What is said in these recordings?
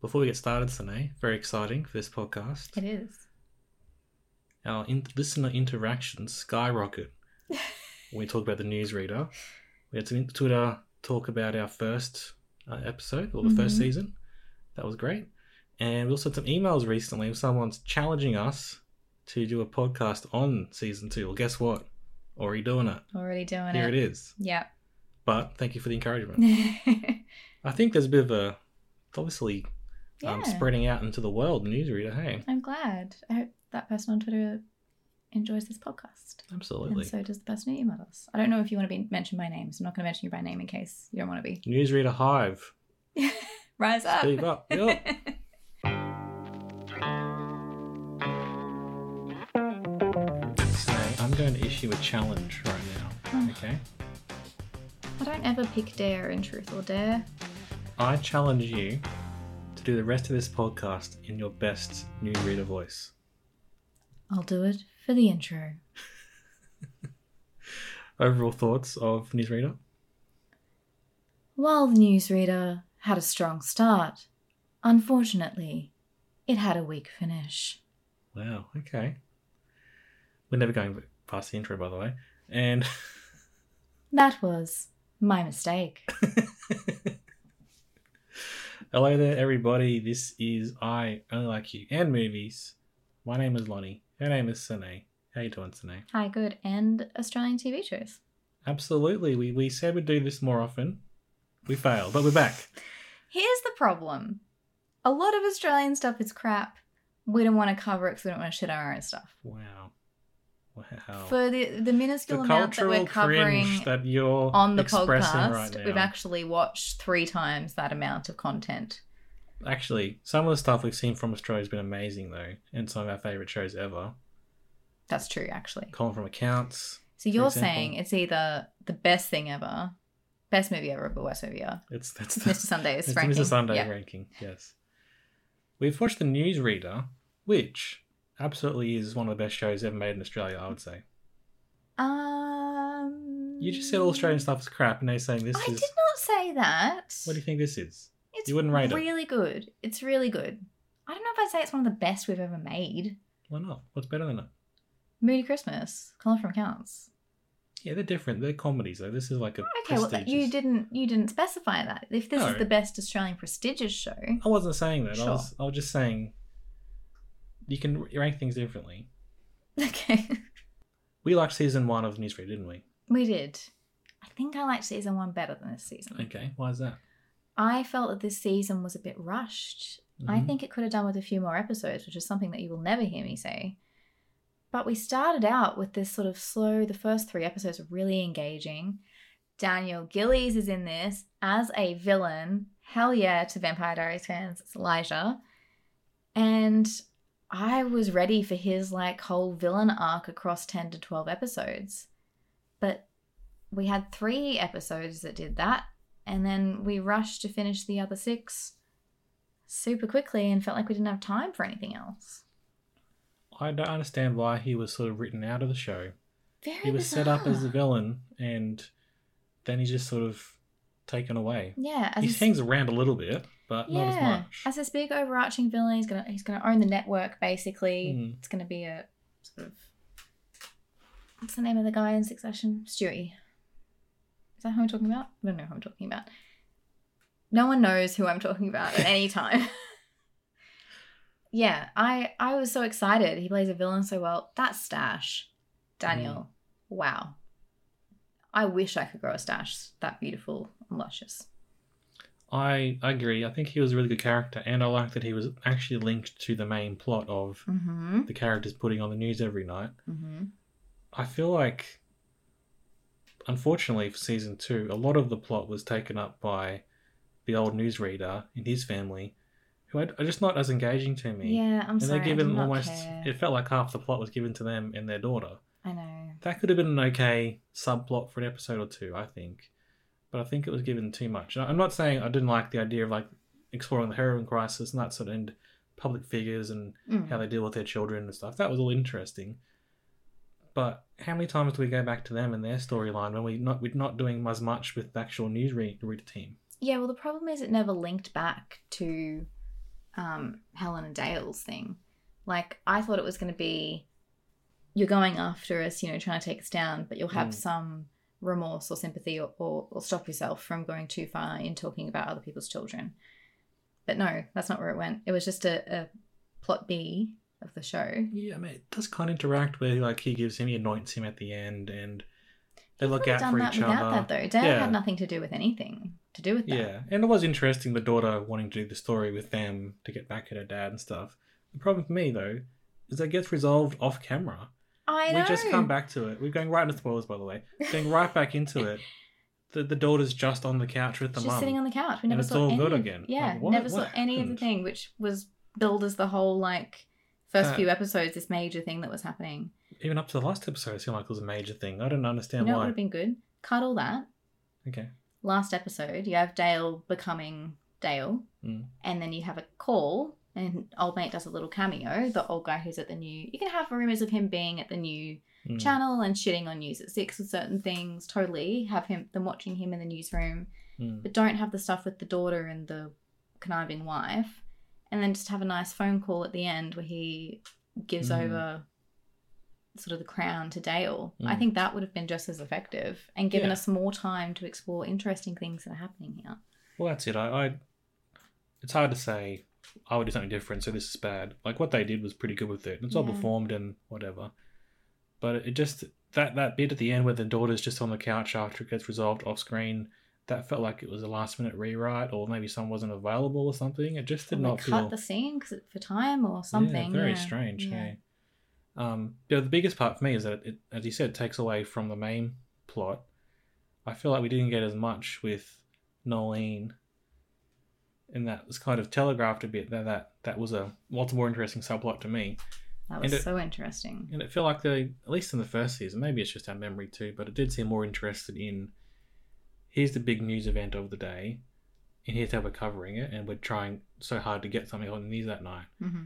Before we get started, Sine, very exciting for this podcast. It is. Our in- listener interactions skyrocket when we talk about the newsreader. We had some Twitter talk about our first uh, episode or the Mm-hmm. first season. That was great. And we also had some emails recently of someone's challenging us to do a podcast on season two. Well, guess what? Already doing it. Already doing Here it. it is. Yep. But thank you for the encouragement. I think there's a bit of a it's obviously um, Yeah. spreading out into the world newsreader. Hey, I'm glad. I hope that person on Twitter enjoys this podcast. absolutely. And so does the person who emailed us. I don't know if you want to be mention by name, so I'm not going to mention you by name in case you don't want to be. newsreader Hive. Rise up. Steve up. Yep. So I'm going to issue a challenge right now. Okay. I don't ever pick dare in truth or dare. I challenge you to do the rest of this podcast in your best newsreader voice. I'll do it for the intro. Overall thoughts of newsreader? While the newsreader had a strong start, unfortunately, it had a weak finish. Wow. Okay. We're never going past the intro, by the way. And That was my mistake. hello there, everybody. This is I Only Like You and Movies. My name is Lonnie. Her name is Sine. How you doing, Sine? Hi, good. And Australian TV shows. Absolutely. We, we said we'd do this more often. We failed, but we're back. Here's the problem a lot of Australian stuff is crap. We don't want to cover it because we don't want to shit on our own stuff. Wow. Wow. For the, the the minuscule amount that cultural we're covering cringe that you're on the expressing podcast, right now. we've actually watched three times that amount of content. Actually, some of the stuff we've seen from Australia has been amazing, though, and some of our favourite shows ever. That's true, actually. Colin from Accounts. So for you're example. saying it's either the best thing ever, best movie ever, but worst movie ever. It's that's the, Mr. Sunday's it's the ranking. Mr. Sunday Yeah. ranking. Yes, we've watched the Newsreader, which absolutely is one of the best shows ever made in Australia. I would say. Um. You just said all Australian stuff is crap, and they're saying this I is. did not say that. What do you think this is? It's you wouldn't rate it? really good. It's really good. I don't know if I'd say it's one of the best we've ever made. Why not? What's better than it? Moody Christmas, Colin from Counts. Yeah, they're different. They're comedies. Though this is like a Okay, well prestigious- you didn't you didn't specify that. If this No. is the best Australian prestigious show, I wasn't saying that. I Sure. was. I was just saying. You can r- rank things differently. okay, We liked season one of Newsreader, didn't we? we did. I think I liked season one better than this season. Okay, why is that? I felt that this season was a bit rushed. I Mhm. think it could have done with a few more episodes, which is something that you will never hear me say. But we started out with this sort of slow, the first three episodes were really engaging. Daniel Gillies is in this as a villain. Hell yeah to Vampire Diaries fans, it's Elijah. And I was ready for his like whole villain arc across 10 to 12 episodes. But we had three episodes that did that, and then we rushed to finish the other six super quickly and felt like we didn't have time for anything else. I don't understand why he was sort of written out of the show. Very He was set up as the bizarre. villain, and then he's just sort of taken away. yeah, as He this- hangs around a little bit, but not as yeah, much. as this big overarching villain. He's gonna he's gonna own the network basically. Mm. It's gonna be a sort of what's the name of the guy in Succession? Stewie. Is that who I'm talking about? I don't know who I'm talking about. No one knows who I'm talking about at any time. yeah, I I was so excited. He plays a villain so well. That stash, Daniel. Hmm. Wow. I wish I could grow a stash that beautiful and luscious. I I agree. I think he was a really good character, and I like that he was actually linked to the main plot of Mm-hmm. the characters putting on the news every night. Mm-hmm. I feel like, unfortunately, for season two, a lot of the plot was taken up by the old newsreader in his family, who are are just not as engaging to me. Yeah, I'm and sorry. they give I did him not almost. care. It felt like half the plot was given to them and their daughter. I know. That could have been an okay subplot for an episode or two, I think. But I think it was given too much. And I- I'm not saying I didn't like the idea of like exploring the heroin crisis and that sort of and public figures and Mm. how they deal with their children and stuff. That was all interesting. But how many times do we go back to them and their storyline when we not we're not doing as much with the actual news re- reader team? Yeah, well, the problem is it never linked back to um, Helen and Dale's thing. Like, I thought it was going to be you're going after us, you know, trying to take us down, but you'll have Mm. some remorse or sympathy or, or, or stop yourself from going too far in talking about other people's children. But no, that's not where it went. It was just a, a plot B of the show. Yeah, I mean it does kind of interact where like he gives him, he anoints him at the end, and they look Could have out for done that each without other. that, though. Dale Yeah. had nothing to do with anything to do with that. Yeah, and it was interesting the daughter wanting to do the story with them to get back at her dad and stuff. The problem for me though is that gets resolved off camera. I we know. just come back to it. We're going right into spoilers, by the way. Going right back into it. The the daughter's just on the couch with the She's mum. sitting on the couch. We And never it's saw all any good of- again. Yeah, Like, what- never saw what any of the happened? thing, which was billed as the whole like first Uh, few episodes, this major thing that was happening. Even up to the last episode, it seemed like it was a major thing. I don't You understand know, it would why. have been good. Cut all that. Okay. Last episode, you have Dale becoming Dale, Mm. and then you have a call, and old mate does a little cameo. The old guy who's at the new. You can have rumors of him being at the new Mm. channel and shitting on news at six with certain things. Totally have him them watching him in the newsroom. Mm. but don't have the stuff with the daughter and the conniving wife, and then just have a nice phone call at the end where he gives Mm. over sort of the crown to Dale. I Mm. think that would have been just as effective and given Yeah. us more time to explore interesting things that are happening here. Well, that's it. I, I. It's hard to say. I would do something different, so this is bad. Like what they did was pretty good with it. It's all Yeah. performed and whatever. But it just that that bit at the end where the daughter's just on the couch after it gets resolved off screen. That felt like it was a last minute rewrite, or maybe someone wasn't available or something. It just did Or not they feel. cut the scene 'cause- for time or something. Yeah, very yeah. strange. Yeah. Yeah. Um, yeah, the biggest part for me is that it, it, as you said, takes away from the main plot. I feel like we didn't get as much with Nolene, and that was kind of telegraphed a bit. That that that was a lots more interesting subplot to me, That And was it- so interesting. and it felt like they, at least in the first season, maybe it's just our memory too, but it did seem more interested in. Here's the big news event of the day, and here's how we're covering it, and we're trying so hard to get something on the news that night hmm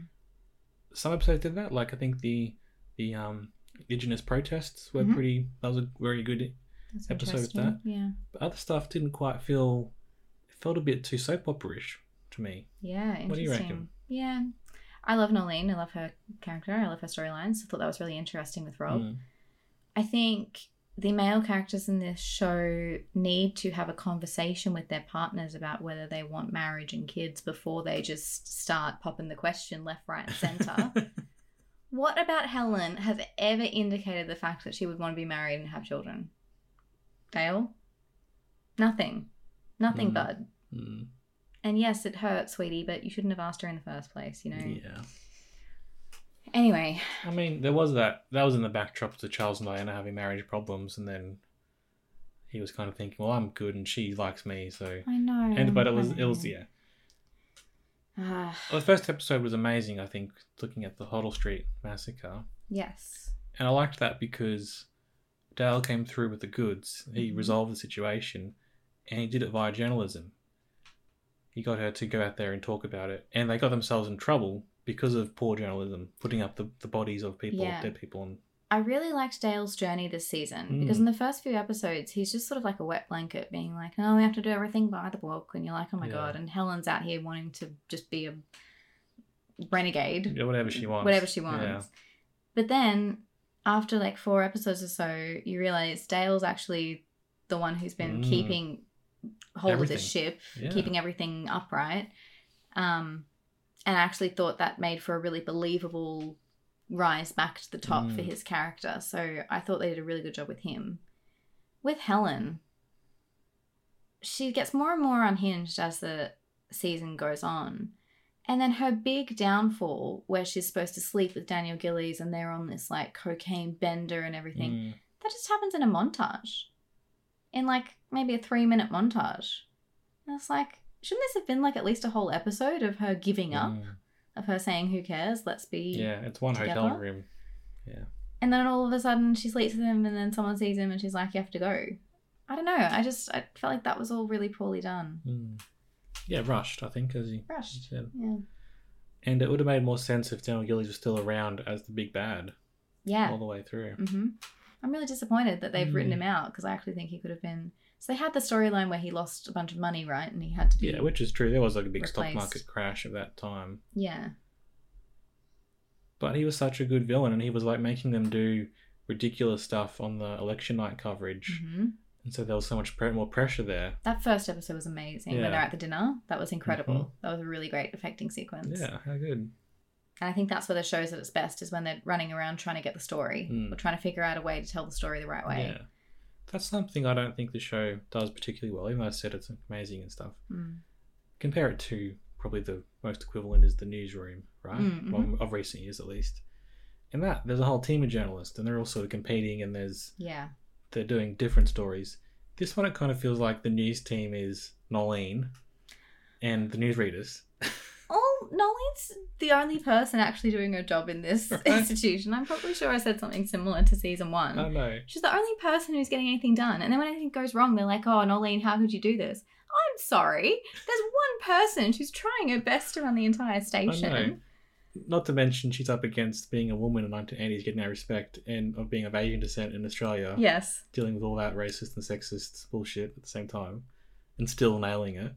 some episodes did that. Like I think the the um indigenous protests were Mhm. pretty. That was a very good. That's Episode with interesting. that. Yeah. But other stuff didn't quite feel. It felt a bit too soap opera-ish to me. Yeah, interesting. What do you reckon? Yeah. I love Nolene. I love her character. I love her storylines. I thought that was really interesting with Rob. Mm. I think the male characters in this show need to have a conversation with their partners about whether they want marriage and kids before they just start popping the question left, right, and center. what about Helen has ever indicated the fact that she would want to be married and have children? Dale? Nothing. Nothing, Mm. bud. Mm. And yes, it hurts, sweetie, but you shouldn't have asked her in the first place, you know? Mm, Yeah. Anyway, I mean, there was that. That was in the backdrop to Charles and Diana having marriage problems, and then he was kind of thinking, "Well, I'm good, and she likes me." So, I know. and but it was I it was know. yeah. Ah, Well, the first episode was amazing. I think looking at the Hoddle Street massacre. yes. And I liked that because Dale came through with the goods. He Mhm. resolved the situation and he did it via journalism. He got her to go out there and talk about it. And they got themselves in trouble because of poor journalism, putting up the, the bodies of people, Yeah. dead people. And, I really liked Dale's journey this season because Hmm. in the first few episodes, he's just sort of like a wet blanket, being like, "Oh, we have to do everything by the book," and you're like, "Oh my Yeah. god!" And Helen's out here wanting to just be a renegade, yeah, whatever she wants. whatever she wants. Yeah. But then, after like four episodes or so, you realize Dale's actually the one who's been Mm. keeping hold of this Everything. ship, Yeah. keeping everything upright. Um, and I actually thought that made for a really believable rise back to the top for Mm. his character. So I thought they did a really good job with him. With Helen, she gets more and more unhinged as the season goes on. And then her big downfall, where she's supposed to sleep with Daniel Gillies and they're on this like cocaine bender and everything, Mm. that just happens in a montage. In like maybe a three minute montage. And it's like, shouldn't this have been like at least a whole episode of her giving up, Mm. of her saying, "Who cares? Let's be." Yeah, it's one hotel Together? room. Yeah. And then all of a sudden she sleeps with him, and then someone sees him, and she's like, "You have to go." I don't know. I just I felt like that was all really poorly done, Mm. Yeah, rushed, I think, as you rushed. said. Yeah. And it would have made more sense if Daniel Gillies was still around as the big bad Yeah. all the way through. hmm I'm really disappointed that they've written Mm. him out because I actually think he could have been. So they had the storyline where he lost a bunch of money, right? And he had to be. Yeah, which is true. There was like a big stock Replaced. market crash at that time. Yeah. But he was such a good villain and he was like making them do ridiculous stuff on the election night coverage. hmm And so there was so much pre- more pressure there. That first episode was amazing when they're Yeah. Mm-hmm. at the dinner. That was incredible. That was a really great affecting sequence. Yeah, how good. And I think that's where the show's at its best is when they're running around trying to get the story Mm. or trying to figure out a way to tell the story the right way. Yeah. That's something I don't think the show does particularly well, even though I said it's amazing and stuff. Mm. Compare it to probably the most equivalent is the newsroom, right? Mm, Well, of recent years at least. In that, there's a whole team of journalists and they're all sort of competing and there's Yeah. they're doing different stories. This one, it kind of feels like the news team is Nolene and the newsreaders. Oh, Nolene's the only person actually doing her job in this Right. institution. I'm probably sure I said something similar to season I one. don't know. She's the only person who's getting anything done. And then when anything goes wrong, they're like, oh, Nolene, how could you do this? I'm sorry. There's one person who's trying her best to run the entire station. Not to mention, she's up against being a woman in 1980s, getting no respect, and of being of Asian descent in Australia, Yes. dealing with all that racist and sexist bullshit at the same time, and still nailing it.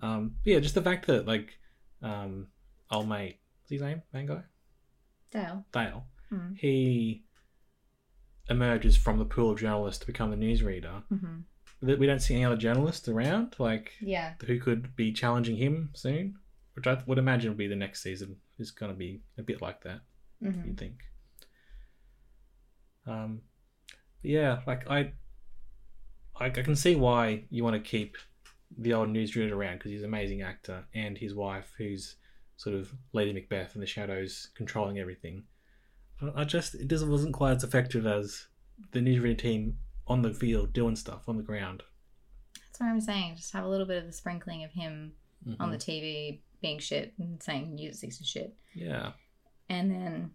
Um, but yeah, just the fact that like, um, old mate, what's his name? Main guy, Dale. Dale. Mm. He emerges from the pool of journalists to become the newsreader. hmm that we don't see any other journalists around, like Yeah. who could be challenging him soon, which I would imagine would be the next season. Is going to be a bit like that, hmm you'd think. Um, yeah, like I, I, I can see why you want to keep the old newsreader around because he's an amazing actor, and his wife, who's sort of Lady Macbeth in the shadows, controlling everything. I- I just it just wasn't quite as effective as the newsreader team on the field doing stuff on the ground. That's what I'm saying. Just have a little bit of a sprinkling of him on Mhm. the TV being shit and saying news is shit. Yeah. And then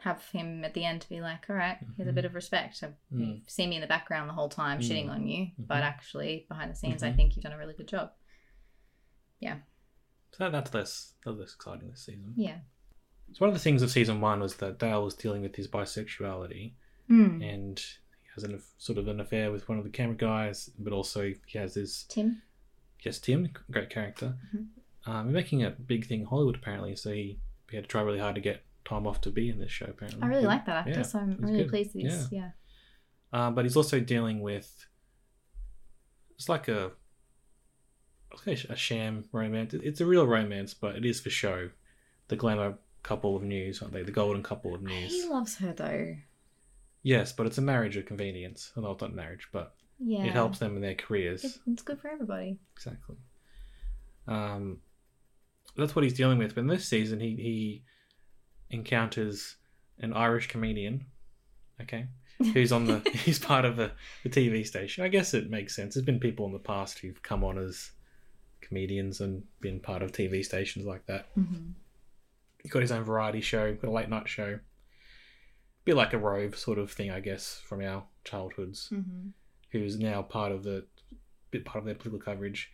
have him at the end to be like, all right, Mm-hmm. here's a bit of respect. I've- Mm. You've seen me in the background the whole time Mm. shitting on you, but Mhm. actually, behind the scenes, I Mhm. think you've done a really good job. So that- that's less that's less exciting this season. Yeah. So one of the things of season one was that Dale was dealing with his bisexuality Mm. and he has an aff- sort of an affair with one of the camera guys, but also he has this Tim? yes Tim, great character. Mhm. Um, making a big thing in Hollywood apparently, so he, he had to try really hard to get time off to be in this show apparently. I really But- like that actor, yeah, so I'm he's really good. pleased that he's, yeah. Um, but he's also dealing with it's like a I was gonna say a sham romance. It- It's a real romance, but it is for show. The glamour couple of news, aren't they? The golden couple of He news. loves her though. Yes, but it's a marriage of convenience. Well, not marriage, but Yeah. it helps them in their careers. It- It's good for everybody. Exactly. Um, that's what he's dealing with. But in this season, he, he encounters an Irish comedian, okay, who's on the he's part of the, the TV station. I guess it makes sense. There's been people in the past who've come on as comedians and been part of TV stations like that. hmm He's got his own variety show, got a late night show. Bit like a rove sort of thing, I guess, from our childhoods hmm who's now part of the bit part of their political coverage,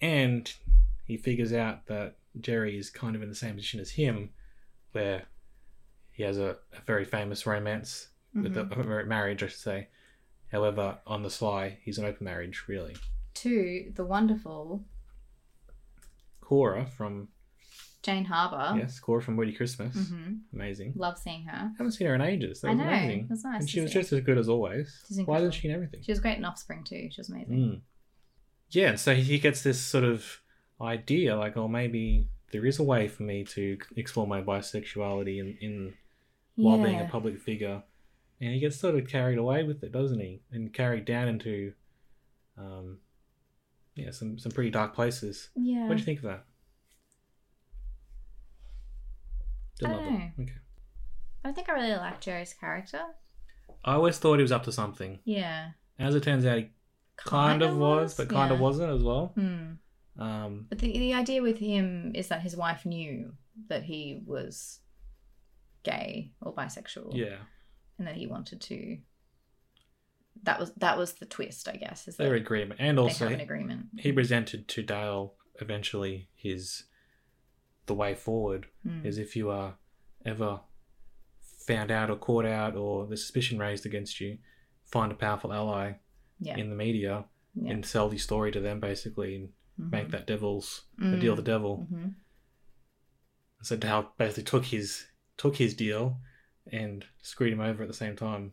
and he figures out that Jerry is kind of in the same position as him, where he has a, a very famous romance with Mm-hmm. a, a marriage, I should say. However, on the sly, he's an open marriage, really. Two, the wonderful Cora from Jane Harbour. yes, Cora from Woody Christmas, hmm amazing. Love seeing her. Haven't seen her in ages. That I was know. amazing. It was nice. and to she was see. just as good as always. She's Why incredible. isn't she in everything? She was great in Offspring too. She was amazing. Mm. Yeah, and so he gets this sort of idea like, oh, maybe there is a way for me to explore my bisexuality in, in while being a Yeah. public figure. And he gets sort of carried away with it, doesn't he? And carried down into, um, yeah, some, some pretty dark places. Yeah. What do you think of that? I Didn't love it. dunno. Okay. I don't think I really liked Jerry's character. I always thought he was up to something. Yeah. As it turns out, he kind, of was, but kind yeah. of wasn't as well. Mm. Um, But the, the idea with him is that his wife knew that he was gay or bisexual. yeah, And that he wanted to that was that was the twist, I guess, is that their agreement, and they also have an agreement. he presented to Dale eventually his the way forward Mm. is if you are ever found out or caught out or the suspicion raised against you, find a powerful ally yeah. in the media yeah. Mm-hmm. and sell your story to them basically and make that devil's the deal the devil. hmm So Dale basically took his took his deal and screwed him over at the same time.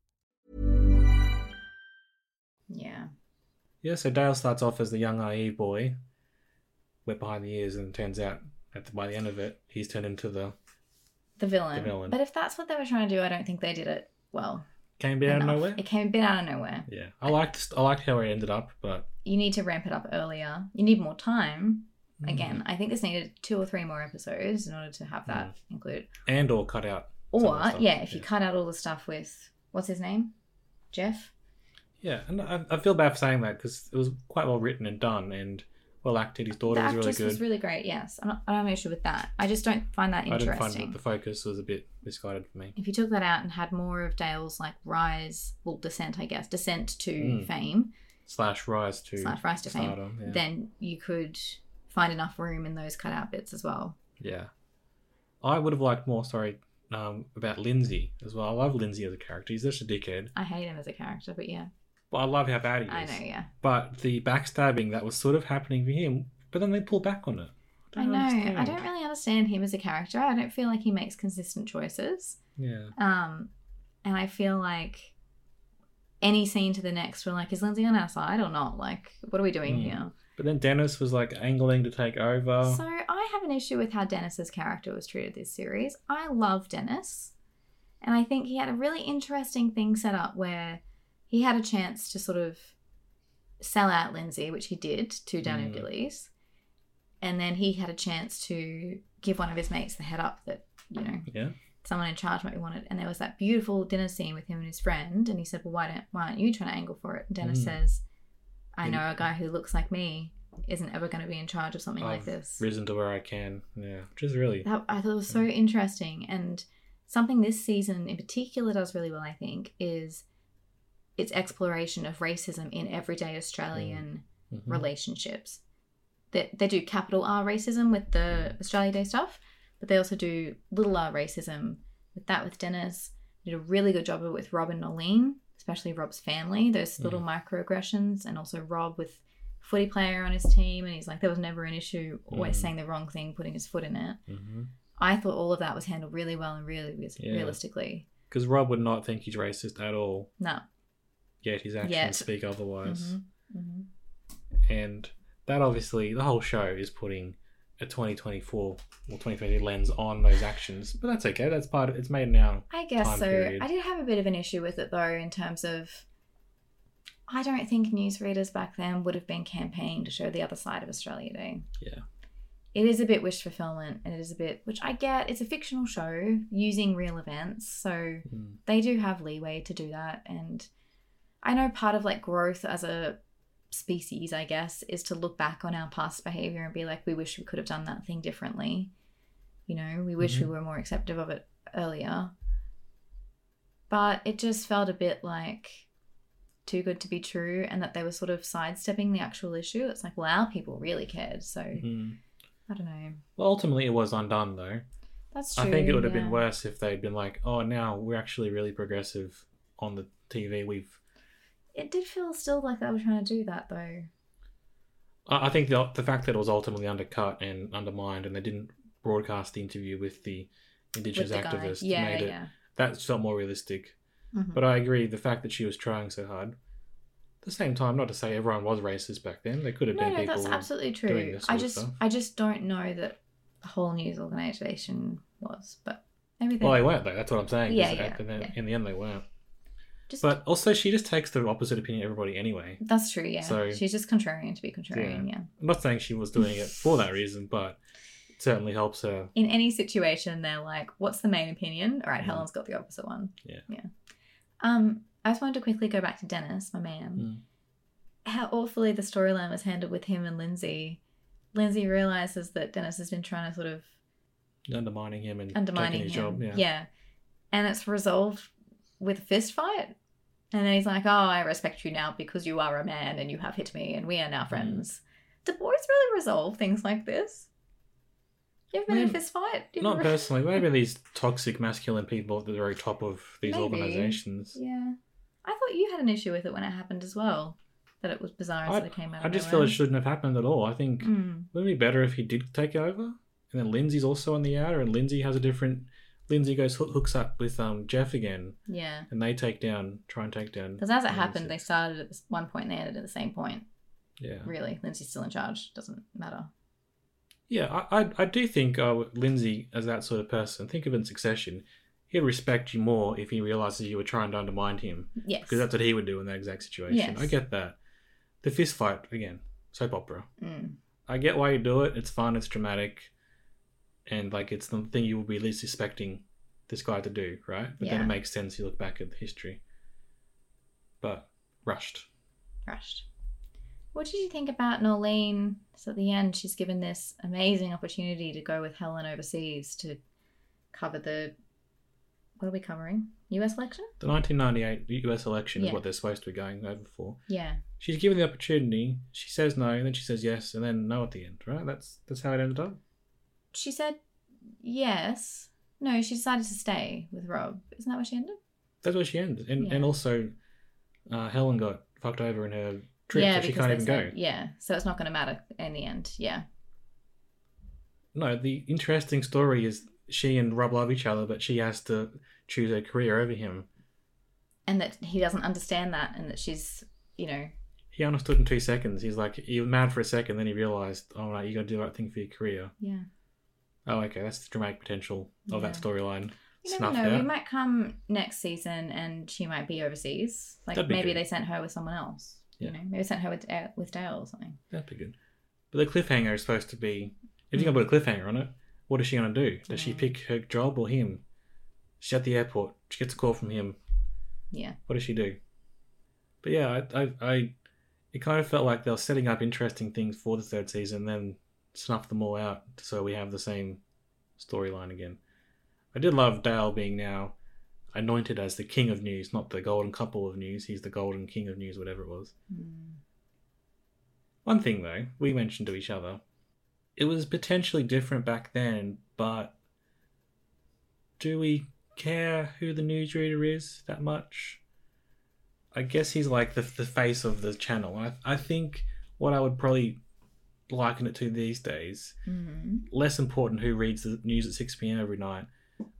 Yeah. Yeah, so Dale starts off as the young naive boy, wet behind the ears, and it turns out at the, by the end of it, he's turned into the The villain. The villain. But if that's what they were trying to do, I don't think they did it well. came bit out of enough. nowhere. It came a bit out of nowhere. Yeah, I liked I liked how it ended up, but You need to ramp it up earlier. You need more time. Mm. Again, I think this needed two or three more episodes in order to have that included. and or cut out. Hmm. some of Or the stuff. yeah, if you cut out all the stuff with what's his name, Jeff. yeah, and I, I feel bad for saying that because it was quite well written and done and well acted. His The daughter was actress really good. was really great. Yes, I'm not, I don't have an issue with that. I just don't find that I interesting. didn't find that the focus was a bit misguided for me. if you took that out and had more of Dale's like rise, well descent, I guess, descent to Mm. fame Slash rise to slash rise to fame, stardom, yeah. then you could find enough room in those cutout bits as well. Yeah. I would have liked more, sorry, um, about Lindsay as well. I love Lindsay as a character. He's just a dickhead. I hate him as a character, but yeah, But I love how bad he is. I know, yeah, But the backstabbing that was sort of happening for him, but then they pull back on it. I, know. I don't really understand him as a character. I don't feel like he makes consistent choices. Yeah. Um, and I feel like any scene to the next, we're like, is Lindsay on our side or not? Like, what are we doing Mm. here? But then Dennis was like angling to take over. So I have an issue with how Dennis's character was treated this series. I love Dennis, and I think he had a really interesting thing set up where he had a chance to sort of sell out Lindsay, which he did to Daniel Mm. Gillies, and then he had a chance to give one of his mates the head up that you know yeah. someone in charge might be wanted. And there was that beautiful dinner scene with him and his friend, and he said, "Well, why don't why aren't you trying to angle for it?" And Dennis Mm. says, "I Mm. know a guy who looks like me." Isn't ever going to be in charge of something like I've this. Risen to where I can. Yeah. Which is really. That I thought was so interesting, and something this season in particular does really well, I think, is its exploration of racism in everyday Australian Mhm. relationships. They, they do capital R racism with the Australia Day stuff, but they also do little r racism with that with Dennis. They did a really good job of it with Rob and Nolene, especially Rob's family, those little microaggressions, and also Rob with footy player on his team, and he's like, there was never an issue, always saying the wrong thing, putting his foot in it. Mhm. I thought all of that was handled really well and really reas- Yeah. realistically. Because Rob would not think he's racist at all, No. yet his actions Yet. speak otherwise. Mhm. Mhm. and that obviously the whole show is putting a 2024 or 2020 lens on those actions but that's okay that's part of it's made now I guess Time so. period. I did have a bit of an issue with it though, in terms of I don't think newsreaders back then would have been campaigning to show the other side of Australia Day. yeah It is a bit wish fulfillment, and it is a bit, which I get, it's a fictional show using real events, so Mm. they do have leeway to do that and i know part of like growth as a species i guess is to look back on our past behavior and be like we wish we could have done that thing differently you know we wish Mhm. we were more acceptive of it earlier but it just felt a bit like too good to be true and that they were sort of sidestepping the actual issue. It's like, wow, people really cared. So Mm. I don't know. Well, ultimately, it was undone, though. That's true. I think it would have yeah. been worse if they'd been like, oh, now we're actually really progressive on the TV. We've. It did feel still like they were trying to do that though. I I think the, the fact that it was ultimately undercut and undermined and they didn't broadcast the interview with the with Indigenous the guy. activist Yeah, made it. yeah. That felt more realistic. Mhm. But I agree, the fact that she was trying so hard. At the same time, not to say everyone was racist back then. There could have no, been no, people. that's absolutely doing true. this I sort of just, stuff. I just don't know that the whole news organization was, but maybe they Well, they weren't though. That's what I'm saying. Yeah, is that yeah, in, the, yeah. in the end, they weren't. just. But also, she just takes the opposite opinion of everybody anyway. that's true. Yeah, So- she's just contrarian to be contrarian. Yeah. I'm not saying she was doing it for that reason, but it certainly helps her. In any situation, they're like, "What's the main opinion?" All right, Mm. Helen's got the opposite one. Yeah. Yeah. Um, I just wanted to quickly go back to Dennis, my man. Mm. how awfully the storyline was handled with him and Lindsay. Lindsay realizes that Dennis has been trying to sort of Undermining him and undermining taking his him. job. Yeah. And it's resolved with a fist fight. And then he's like, Oh, I respect you now because you are a man and you have hit me and we are Mm. now friends. Do boys really resolve things like this? You ever been in a Mm. fist fight? You Not ever- personally. Maybe these toxic masculine people at the very top of these Maybe. organizations. Yeah. I thought you had an issue with it when it happened as well. That it was bizarre and I, sort of came out I of just feel nowhere. it shouldn't have happened at all. I think Mm. wouldn't it be better if he did take over, and then Lindsay's also on the outer, and Lindsay has a different. Lindsay goes hoo- hooks up with um Jeff again, Yeah. and they take down, try and take down. Because as it Lindsay. happened, they started at this one point and they ended at the same point. yeah, Really, Lindsay's still in charge. Doesn't matter. yeah. I, I, I do think uh, Lindsay, as that sort of person, think of in Succession, he'd respect you more if he realizes you were trying to undermine him, Yes. because that's what he would do in that exact situation. Yes. I get that. The fist fight again, soap opera. Mm. I get why you do it. It's fun. It's dramatic, and like it's the thing you will be least expecting this guy to do, right? But then Yeah. it makes sense. You look back at the history, but rushed. Rushed. What did you think about Norlene? So at the end, she's given this amazing opportunity to go with Helen overseas to cover the. What are we covering? U.S. election? The 1998 U.S. election Yeah. is what they're supposed to be going over for. Yeah. She's given the opportunity. She says no, and then she says yes, and then no at the end, right? That's that's how it ended up. She said yes. No, she decided to stay with Rob. Isn't that where she ended? That's where she ended, and Yeah. and also uh, Helen got fucked over in her trip, so she because can't they even go. said- Yeah, so it's not going to matter in the end. Yeah. No, the interesting story is she and Rob love each other, but she has to choose her career over him. And that he doesn't understand that and that she's, you know, He understood in two seconds. He's like, he was mad for a second, then he realized, oh, no, you got to do the right thing for your career. yeah. Oh, okay, that's the dramatic potential of that Yeah. storyline. You never Snuffed know. We out. might come next season and she might be overseas. Like That'd be maybe good. they sent her with someone else. You Yeah. know, maybe they sent her with Dale, with Dale or something. That'd be good. But the cliffhanger is supposed to be if you're going to put a cliffhanger on it, what is she going to do? Does she Mm. pick her job or him? She's at the airport. She gets a call from him. Yeah. What does she do? But yeah, I, I, I it kind of felt like they were setting up interesting things for the third season, then snuff them all out so we have the same storyline again. I did love Dale being now anointed as the king of news, not the golden couple of news. He's the golden king of news, whatever it was. Mm. One thing though, we mentioned to each other, it was potentially different back then, but do we care who the newsreader is that much? I guess he's like the, the face of the channel. I, I think what I would probably liken it to these days, Mhm. less important who reads the news at 6 p.m. every night,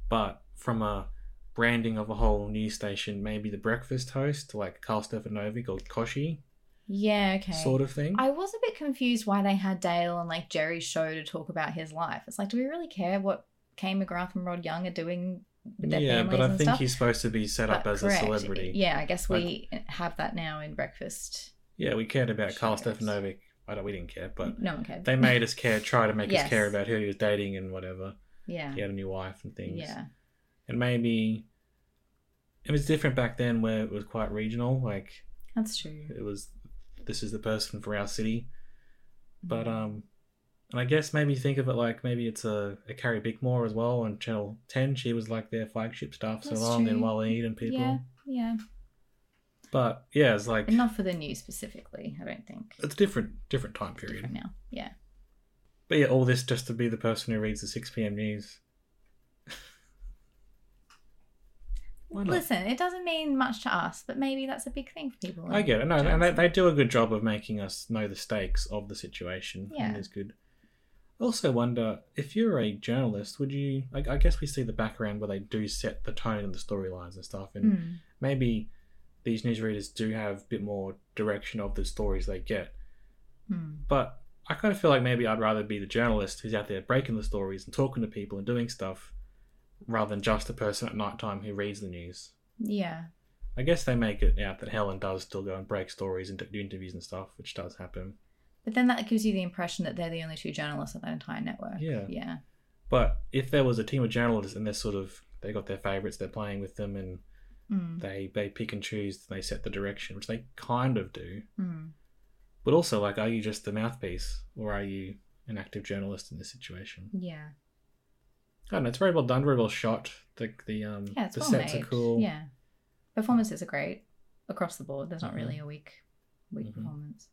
but from a branding of a whole news station, maybe the breakfast host, like Carl Stefanovic or Koshi Yeah. Okay. sort of thing. I was a bit confused why they had Dale on like Jerry's show to talk about his life. It's like, do we really care what Kay McGrath and Rod Young are doing with their yeah, families but I and think stuff? he's supposed to be set up But as correct. a celebrity. Yeah, I guess Like- we have that now in breakfast. Yeah, we cared about Carl Sure. Stefanovic. I don't, we didn't care, but no one cared. they made us care, try to make Mm-hmm. Yes. us care about who he was dating and whatever. yeah. He had a new wife and things. Yeah. And maybe it was different back then where it was quite regional. Like, That's true. it was, this is the person for our city. Mm-hmm. But, um, and I guess maybe think of it like maybe it's a, a Carrie Bickmore as well on Channel 10. She was like their flagship star for so That's long, and true. Waleed and people. Yeah, yeah. But yeah, it's like But not for the news specifically, I don't think. it's a different different time period. Different now. Yeah. But yeah, all this just to be the person who reads the six PM news. Why not? Listen, it doesn't mean much to us, but maybe that's a big thing for people. I in get it. No, and they, Johnson. they do a good job of making us know the stakes of the situation. Yeah. And it's good. I also wonder if you're a journalist, would you? I, I guess we see the background where they do set the tone and the storylines and stuff, and Mm. maybe these newsreaders do have a bit more direction of the stories they get. Mm. But I kind of feel like maybe I'd rather be the journalist who's out there breaking the stories and talking to people and doing stuff rather than just the person at night time who reads the news. Yeah. I guess they make it out that Helen does still go and break stories and do interviews and stuff, which does happen. But then that gives you the impression that they're the only two journalists on that entire network. Yeah. Yeah. But if there was a team of journalists and they're sort of they got their favourites, they're playing with them and Mm. they they pick and choose, they set the direction, which they kind of do. Mm. But also, like, are you just the mouthpiece or are you an active journalist in this situation? Yeah. I don't know. It's very well done, very well shot. The the um Yeah, it's the well sets made. are cool. Yeah. Performances are great across the board. There's not Mhm. really a weak weak Mhm. performance.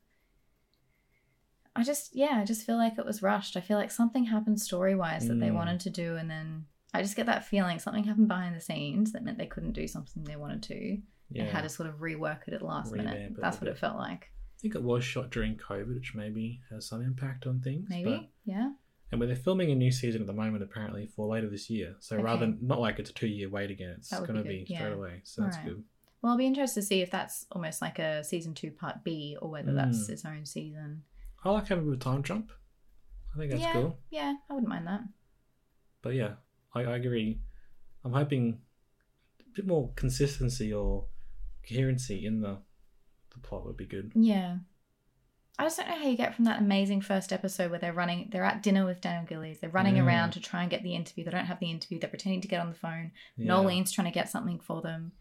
I just yeah, I just feel like it was rushed. I feel like something happened story wise that they Mm. wanted to do and then I just get that feeling something happened behind the scenes that meant they couldn't do something they wanted to yeah. and had to sort of rework it at the last minute. Revamp it a That's what bit. it felt like. I think it was shot during COVID, which maybe has some impact on things. Maybe. but- yeah. and where they're filming a new season at the moment, apparently for later this year. So rather Okay. than not like it's a two-year wait again, it's That would be going to good, be, yeah. straight away. So that's Alright. good. Well, I'll be interested to see if that's almost like a season two part B or whether that's Mm. its own season. I like having a bit of time jump. I think that's yeah, cool. yeah, I wouldn't mind that. But yeah, I, I agree. I'm hoping a bit more consistency or coherency in the the plot would be good. Yeah. I just don't know how you get from that amazing first episode where they're running, they're at dinner with Daniel Gillies, they're running Yeah. around to try and get the interview. They don't have the interview, they're pretending to get on the phone. Yeah. Nolene's trying to get something for them.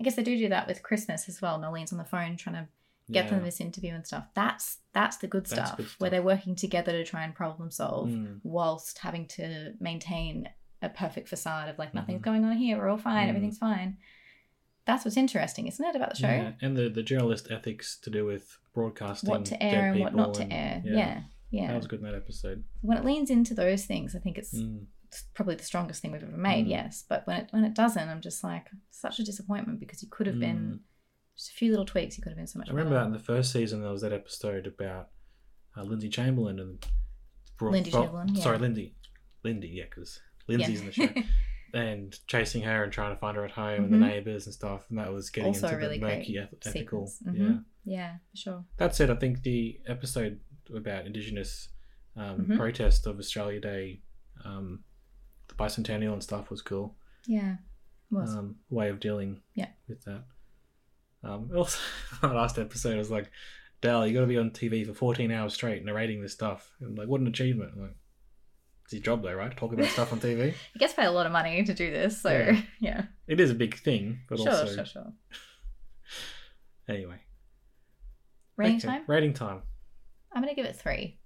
I guess they do do that with Christmas as well. Nolene's on the phone trying to get Yeah. them this interview and stuff. That's that's the good, That's stuff, good stuff. where they're working together to try and problem solve Mm. whilst having to maintain a perfect facade of like nothing's Mhm. going on here, we're all fine, Mm. everything's fine. That's what's interesting, isn't it, about the show? Yeah, and the, the journalist ethics to do with broadcasting what to dead air and what people not to and- air. Yeah, yeah. that was good in that episode. When it leans into those things, I think it's Mm. it's probably the strongest thing we've ever made. Mm. Yes, but when it when it doesn't, I'm just like such a disappointment because you could have been just a few little tweaks. You could have been so much. Mm. I remember that better. in the first season there was that episode about uh, Lindsay Chamberlain and bro- Lindy bro- Chamberlain, yeah. Sorry, Lindy, Lindy, yeah, because Lindsay's in the show. and chasing her and trying to find her at home and Mhm. the neighbors and stuff, and that was getting also into a really the great murky eth- ethical. sequence. Mhm. Yeah. yeah, for sure. That said, I think the episode about Indigenous um, Mhm. protest of Australia Day, um, the bicentennial and stuff was cool. Yeah, it was Um, way of dealing Yeah. with that. Um, also, my last episode was like, Dal, you got to be on TV for 14 hours straight narrating this stuff. And like, what an achievement! I'm like, it's your job though, right? Talk about stuff on TV. it gets paid a lot of money to do this, so yeah, Yeah. It is a big thing, but sure, also sure, sure. anyway. Rating Okay, time. Rating time. I'm gonna give it three.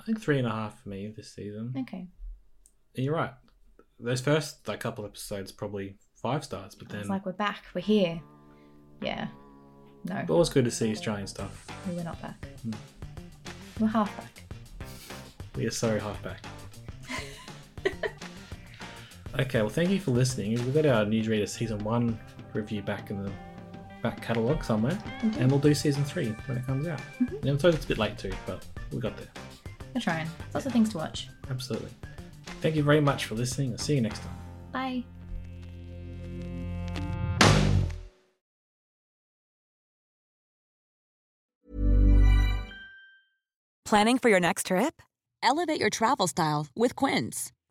I think three and a half for me this season. Okay, And you're right. Those first like couple episodes probably five stars, but I then was like, we're back, we're here. Yeah, no, but always good to see Australian stuff. we were not back. Mm. We're half back. We are so half back. okay, well thank you for listening. We've got our newsreader season one review back in the back catalogue somewhere. Mm-hmm. And we'll do season three when it comes out. And I'm sorry it's a bit late too, but we got there. We're trying. Lots of things to watch. Absolutely. Thank you very much for listening. I'll see you next time. Bye. Planning for your next trip? Elevate your travel style with Quince.